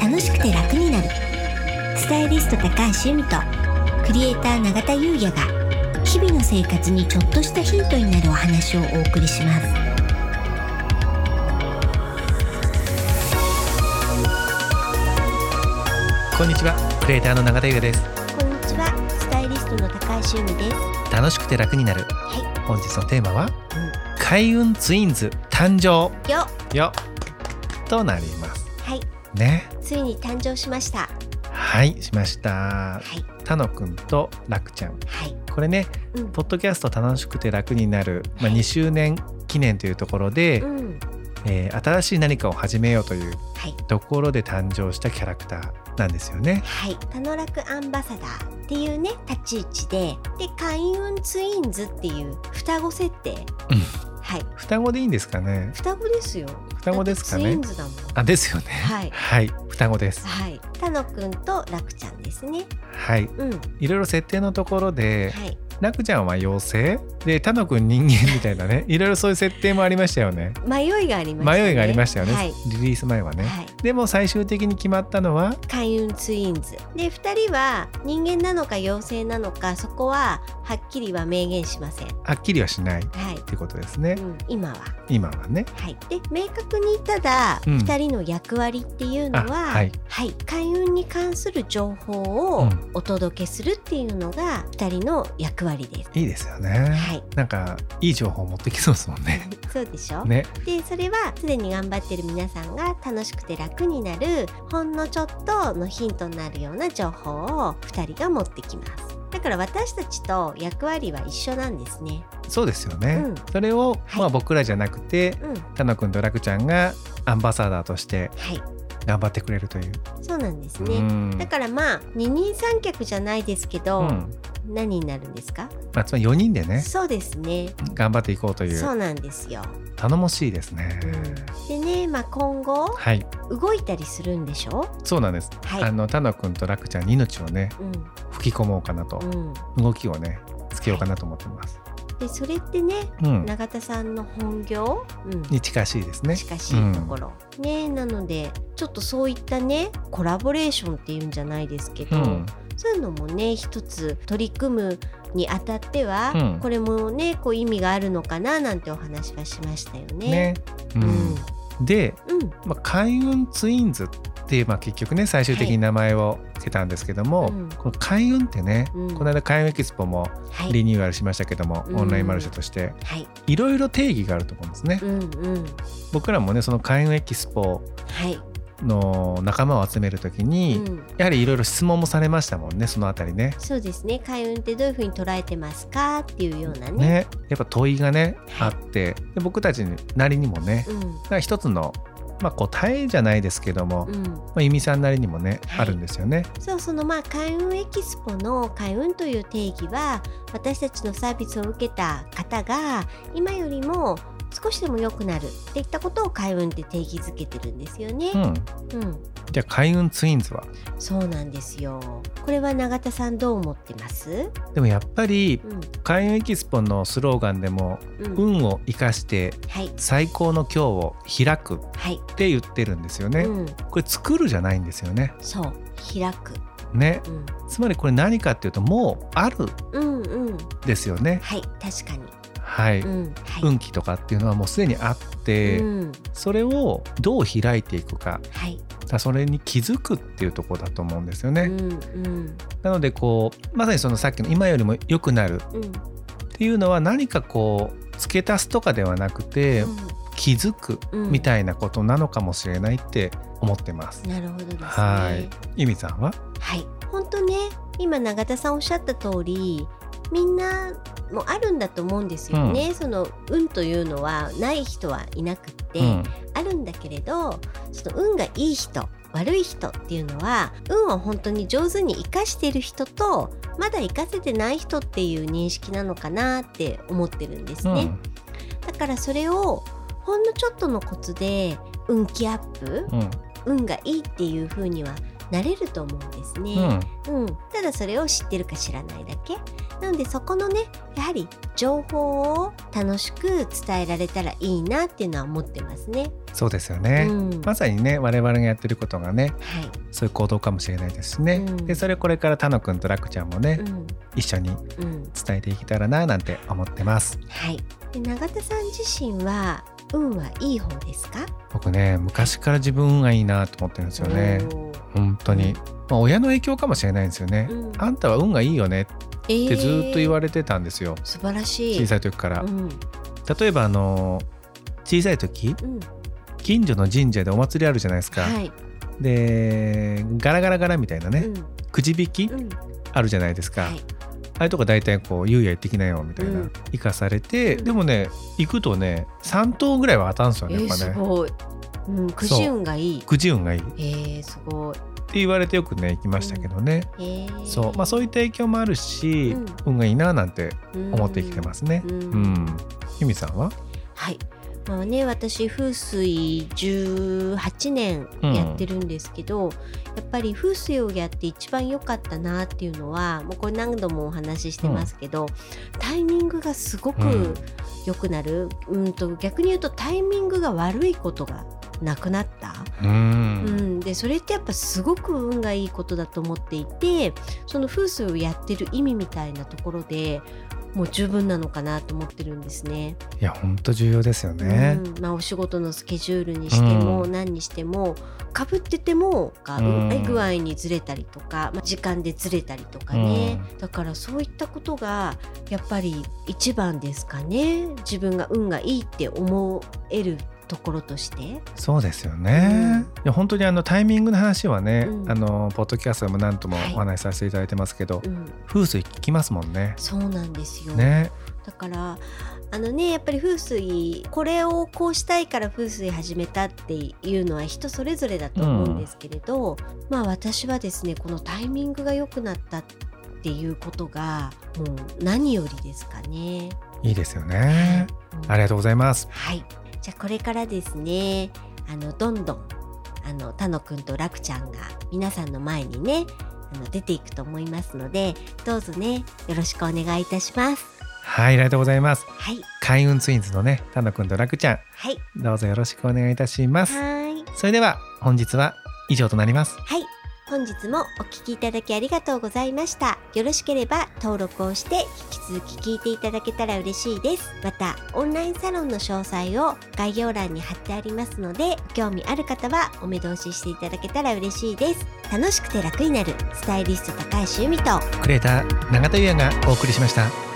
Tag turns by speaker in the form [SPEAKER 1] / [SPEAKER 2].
[SPEAKER 1] 楽しくて楽になるスタイリスト高橋由美とクリエイター永田優也が日々の生活にちょっとしたヒントになるお話をお送りします
[SPEAKER 2] こんにちはクリエイターの永田優也です
[SPEAKER 1] こんにちはスタイリストの高橋由美です
[SPEAKER 2] 楽しくて楽になる、本日のテーマは、開運ツインズ誕生
[SPEAKER 1] よっ
[SPEAKER 2] よとなります
[SPEAKER 1] はい
[SPEAKER 2] ね
[SPEAKER 1] ついに誕生しました
[SPEAKER 2] はいしました
[SPEAKER 1] はい
[SPEAKER 2] たのくんとらくちゃん
[SPEAKER 1] はい
[SPEAKER 2] これね
[SPEAKER 1] うん
[SPEAKER 2] ポッドキャスト楽しくて楽になる、ま
[SPEAKER 1] は
[SPEAKER 2] あ、
[SPEAKER 1] い
[SPEAKER 2] 2周年記念というところで、
[SPEAKER 1] うん
[SPEAKER 2] えー新しい何かを始めようという
[SPEAKER 1] はい
[SPEAKER 2] ところで誕生したキャラクターなんですよね。
[SPEAKER 1] はい、パノラクアンバサダーっていうね立ち位置でで開運ツインズっていう双子設定、はい
[SPEAKER 2] 双子でいいんですかね
[SPEAKER 1] 双子ですよ
[SPEAKER 2] 双子です
[SPEAKER 1] だ
[SPEAKER 2] か
[SPEAKER 1] ってツイ
[SPEAKER 2] ね
[SPEAKER 1] ンズだもん
[SPEAKER 2] あですよね。
[SPEAKER 1] はい
[SPEAKER 2] はい、双子です。
[SPEAKER 1] はいタノくんとラクちゃんですね
[SPEAKER 2] はい、
[SPEAKER 1] うんはい
[SPEAKER 2] ろいろ設定のところで、
[SPEAKER 1] い
[SPEAKER 2] ラクちゃんは妖精で、タノ君人間みたいなね、い ろいろそういう設定もありましたよね。
[SPEAKER 1] 迷いがありましたね
[SPEAKER 2] 迷いがありましたよね、
[SPEAKER 1] はい、
[SPEAKER 2] リリース前はね。
[SPEAKER 1] はい
[SPEAKER 2] でも最終的に決まったのは、
[SPEAKER 1] 開運ツインズで2人は人間なのか妖精なのかそこははっきりは明言しません
[SPEAKER 2] はっきりはしないっ
[SPEAKER 1] はい、
[SPEAKER 2] てことですね
[SPEAKER 1] う。ん、今は
[SPEAKER 2] 今はね。
[SPEAKER 1] はい、で明確にただ
[SPEAKER 2] うん
[SPEAKER 1] 2人の役割っていうのは、
[SPEAKER 2] あ
[SPEAKER 1] は
[SPEAKER 2] はいい
[SPEAKER 1] 開運に関する情報
[SPEAKER 2] う
[SPEAKER 1] を
[SPEAKER 2] ん
[SPEAKER 1] お届けするっていうのが2人の役割です。
[SPEAKER 2] いいですよね。
[SPEAKER 1] はい、
[SPEAKER 2] なんかいい情報持ってきそうですもんね。
[SPEAKER 1] そうでしょ、
[SPEAKER 2] ね。
[SPEAKER 1] でそれはすでに頑張ってる皆さんが楽しくて楽になるほんのちょっとのヒントになるような情報を2人が持ってきます。だから私たちと役割は一緒なんですね。
[SPEAKER 2] そうですよね。
[SPEAKER 1] うん
[SPEAKER 2] それを、
[SPEAKER 1] はい
[SPEAKER 2] まあ僕らじゃなくて、
[SPEAKER 1] うん、は
[SPEAKER 2] タノ君とラクちゃんがアンバサダーとして
[SPEAKER 1] い、
[SPEAKER 2] 頑張ってくれるという。
[SPEAKER 1] そうなんです
[SPEAKER 2] う
[SPEAKER 1] ね。
[SPEAKER 2] ん
[SPEAKER 1] だからまあ二人三脚じゃないですけど、
[SPEAKER 2] うん
[SPEAKER 1] 何になるんですか
[SPEAKER 2] まあ、つまり4人でね
[SPEAKER 1] そうですね。
[SPEAKER 2] 頑張っていこうとい
[SPEAKER 1] そう
[SPEAKER 2] う
[SPEAKER 1] なんですよ。
[SPEAKER 2] 頼もしいですね。
[SPEAKER 1] でね、まあ今後
[SPEAKER 2] はい
[SPEAKER 1] 動いたりするんでしょ？
[SPEAKER 2] そうなんです。
[SPEAKER 1] はい
[SPEAKER 2] あのタノ君とラクちゃんに命をね
[SPEAKER 1] う
[SPEAKER 2] 吹き込もうかなと、
[SPEAKER 1] んうん。
[SPEAKER 2] 動きをねつけようかなと思ってます。
[SPEAKER 1] でそれってね、
[SPEAKER 2] うん、
[SPEAKER 1] 永田さんの本業、うん、
[SPEAKER 2] に近しいですね。
[SPEAKER 1] 近しいところ、ねなのでちょっとそういったねコラボレーションっていうんじゃないですけ
[SPEAKER 2] う
[SPEAKER 1] ど、
[SPEAKER 2] ん、
[SPEAKER 1] そういうのもね一つ取り組むにあたっては、
[SPEAKER 2] うん
[SPEAKER 1] これもねこう意味があるのかななんてお話はしましたよね。
[SPEAKER 2] ね、う
[SPEAKER 1] うんん、
[SPEAKER 2] で、
[SPEAKER 1] うん、
[SPEAKER 2] まあ、開運ツインズっていう、まあ、結局ね最終的に名前を付けたんですけども、
[SPEAKER 1] うん
[SPEAKER 2] この開運ってね、
[SPEAKER 1] うん
[SPEAKER 2] この間開運エキスポも
[SPEAKER 1] は
[SPEAKER 2] リ
[SPEAKER 1] い、
[SPEAKER 2] ニューアルしましたけども、
[SPEAKER 1] うん
[SPEAKER 2] オンラインマルシェとして
[SPEAKER 1] はい、
[SPEAKER 2] いろいろ定義があると思うんですね、
[SPEAKER 1] うんうん、
[SPEAKER 2] 僕らもねその開運エキスポ
[SPEAKER 1] はい、
[SPEAKER 2] の仲間を集めるときに、
[SPEAKER 1] うん。
[SPEAKER 2] やはりいろいろ質問もされましたもんねそのあたりね。
[SPEAKER 1] そうですね開運ってどういうふうに捉えてますかっていうようなね
[SPEAKER 2] ね、やっぱ問いがね
[SPEAKER 1] は
[SPEAKER 2] あ
[SPEAKER 1] い
[SPEAKER 2] ってで僕たちなりにもね
[SPEAKER 1] うん
[SPEAKER 2] だから一つの、まあ、答えじゃないですけども、
[SPEAKER 1] うん、
[SPEAKER 2] まあ、由美さんなりにもね、
[SPEAKER 1] はい
[SPEAKER 2] あるんですよね。
[SPEAKER 1] そうそのまあ開運エキスポの開運という定義は私たちのサービスを受けた方が今よりも少しでも良くなるっていったことを開運って定義づけてるんですよね
[SPEAKER 2] う。ん、
[SPEAKER 1] うん、
[SPEAKER 2] じゃあ開運ツインズは
[SPEAKER 1] そうなんですよ。これは永田さんどう思ってます？
[SPEAKER 2] でもやっぱり
[SPEAKER 1] うん、
[SPEAKER 2] 開運エキスポのスローガンでも
[SPEAKER 1] うん、
[SPEAKER 2] 運を生かして
[SPEAKER 1] はい
[SPEAKER 2] 最高の今日を開くっ
[SPEAKER 1] はい、
[SPEAKER 2] て言ってるんですよね、
[SPEAKER 1] うん、
[SPEAKER 2] これ作るじゃないんですよね
[SPEAKER 1] そう開く、
[SPEAKER 2] ね
[SPEAKER 1] うん、
[SPEAKER 2] つまりこれ何かっていうともうある
[SPEAKER 1] うんうん
[SPEAKER 2] ですよね
[SPEAKER 1] はい確かに、
[SPEAKER 2] はい、
[SPEAKER 1] うんはい、
[SPEAKER 2] 運気とかっていうのはもうすでにあって、
[SPEAKER 1] うん、
[SPEAKER 2] それをどう開いていくか
[SPEAKER 1] はい、
[SPEAKER 2] だからそれに気づくっていうところだと思うんですよね、
[SPEAKER 1] うんうん
[SPEAKER 2] なのでこうまさにそのさっきの今よりも良くなる
[SPEAKER 1] うん
[SPEAKER 2] っていうのは何かこう付け足すとかではなくて、気づく
[SPEAKER 1] うん
[SPEAKER 2] みたいなことなのかもしれないって思ってます。
[SPEAKER 1] なるほどですね。
[SPEAKER 2] はい、ゆみさんは、
[SPEAKER 1] はい、本当ね、今永田さんおっしゃった通り、みんなもあるんだと思うんですよね。その運というのはない人はいなくって、
[SPEAKER 2] うん、
[SPEAKER 1] あるんだけれど、その運がいい人。悪い人っていうのは運を本当に上手に生かしている人とまだ生かせてない人っていう認識なのかなって思ってるんですね。だからそれをほんのちょっとのコツで運気アップ
[SPEAKER 2] うん、うん、
[SPEAKER 1] 運がいいっていう風にはなれると思うんですね。
[SPEAKER 2] う
[SPEAKER 1] う
[SPEAKER 2] ん
[SPEAKER 1] ん、ただそれを知ってるか知らないだけなのでそこのねやはり情報を楽しく伝えられたらいいなっていうのは思ってますね。
[SPEAKER 2] そうですよね、
[SPEAKER 1] うん
[SPEAKER 2] まさにね我々がやってることがね
[SPEAKER 1] はい
[SPEAKER 2] そういう行動かもしれないですしね、
[SPEAKER 1] うん
[SPEAKER 2] でそれをこれから他野くんと楽ちゃんもね、
[SPEAKER 1] うん
[SPEAKER 2] 一緒に
[SPEAKER 1] うん
[SPEAKER 2] 伝えていけたらななんて思ってます
[SPEAKER 1] はい、で永田さん自身は運はいい方ですか
[SPEAKER 2] 僕ね昔から自分がいいなと思ってるんですよね
[SPEAKER 1] おー
[SPEAKER 2] 本当に、まあ、親の影響かもしれないんですよね、
[SPEAKER 1] うん
[SPEAKER 2] あんたは運がいいよねっ
[SPEAKER 1] えー
[SPEAKER 2] てずっと言われてたんですよ、
[SPEAKER 1] 素晴らしい
[SPEAKER 2] 小さい時から、
[SPEAKER 1] うん
[SPEAKER 2] 例えばあの小さい時
[SPEAKER 1] うん
[SPEAKER 2] 近所の神社でお祭りあるじゃないですか、
[SPEAKER 1] はい
[SPEAKER 2] でガラガラガラみたいなね、
[SPEAKER 1] うん
[SPEAKER 2] くじ引き
[SPEAKER 1] うん
[SPEAKER 2] あるじゃないですか、
[SPEAKER 1] はい
[SPEAKER 2] ああいうとこ大体こう「ゆうや行ってきなよ」みたいな、
[SPEAKER 1] うん
[SPEAKER 2] 生かされて、
[SPEAKER 1] うん
[SPEAKER 2] でもね行くとね3頭ぐらいは当たるんですよ
[SPEAKER 1] え
[SPEAKER 2] ねやっ
[SPEAKER 1] ー、
[SPEAKER 2] ぱね、
[SPEAKER 1] すごい、うん、くじ運がいい
[SPEAKER 2] くじ運がいいっ
[SPEAKER 1] えー、すごい
[SPEAKER 2] て言われてよくね行きましたけどね、
[SPEAKER 1] えー、
[SPEAKER 2] そうまあそういった影響もあるし、
[SPEAKER 1] うん
[SPEAKER 2] 運がいいななんて
[SPEAKER 1] うん
[SPEAKER 2] 思ってきてますね
[SPEAKER 1] う
[SPEAKER 2] うんん、ゆみさんは
[SPEAKER 1] はい。まあね、私風水18年やってるんですけど、やっぱり風水をやって一番良かったなっていうのはもうこれ何度もお話ししてますけど、タイミングがすご
[SPEAKER 2] うん
[SPEAKER 1] く良くなる、うん、と逆に言うとタイミングが悪いことがなくなった、う
[SPEAKER 2] う
[SPEAKER 1] ん
[SPEAKER 2] ん、
[SPEAKER 1] でそれってやっぱすごく運がいいことだと思っていてその風水をやってる意味みたいなところでもう十分なのかなと思ってるんですね。
[SPEAKER 2] いやほんと重要ですよね、
[SPEAKER 1] うんまあ、お仕事のスケジュールにしても
[SPEAKER 2] うん
[SPEAKER 1] 何にしてもかぶっててもがう
[SPEAKER 2] うん
[SPEAKER 1] まい具合にずれたりとか、まあ、時間でずれたりとかね、だからそういったことがやっぱり一番ですかね自分が運がいいって思えるところとして。
[SPEAKER 2] そうですよね、いや本当にあのタイミングの話はね、
[SPEAKER 1] うん
[SPEAKER 2] あのポッドキャストでも何度も
[SPEAKER 1] はい
[SPEAKER 2] お話しさせていただいてますけど、
[SPEAKER 1] うん
[SPEAKER 2] 風水聞きますもんね
[SPEAKER 1] そうなんですよ、
[SPEAKER 2] ね
[SPEAKER 1] だからあのねやっぱり風水これをこうしたいから風水始めたっていうのは人それぞれだと思うんですけれど、まあ私はですねこのタイミングが良くなったっていうことがもう何よりですかね。
[SPEAKER 2] いいですよね。
[SPEAKER 1] うん
[SPEAKER 2] ありがとうございます。
[SPEAKER 1] はい、じゃあこれからですねあのどんどんあの他のくんと楽ちゃんが皆さんの前にねあの出ていくと思いますのでどうぞねよろしくお願いいたします。
[SPEAKER 2] はい、ありがとうございます。
[SPEAKER 1] はい、
[SPEAKER 2] 開運ツインズのね、たのくんと楽ちゃ
[SPEAKER 1] はい、
[SPEAKER 2] ん、どうぞよろしくお願いいたしま
[SPEAKER 1] は
[SPEAKER 2] す。
[SPEAKER 1] ーい
[SPEAKER 2] それでは、本日は以上となります。
[SPEAKER 1] はい。本日もお聞きいただきありがとうございました。よろしければ登録をして引き続き聞いていただけたら嬉しいです。また、オンラインサロンの詳細を概要欄に貼ってありますので、ご興味ある方はお目通ししていただけたら嬉しいです。楽しくて楽になる、スタイリスト高橋由美と、
[SPEAKER 2] クレーター、永田裕也がお送りしました。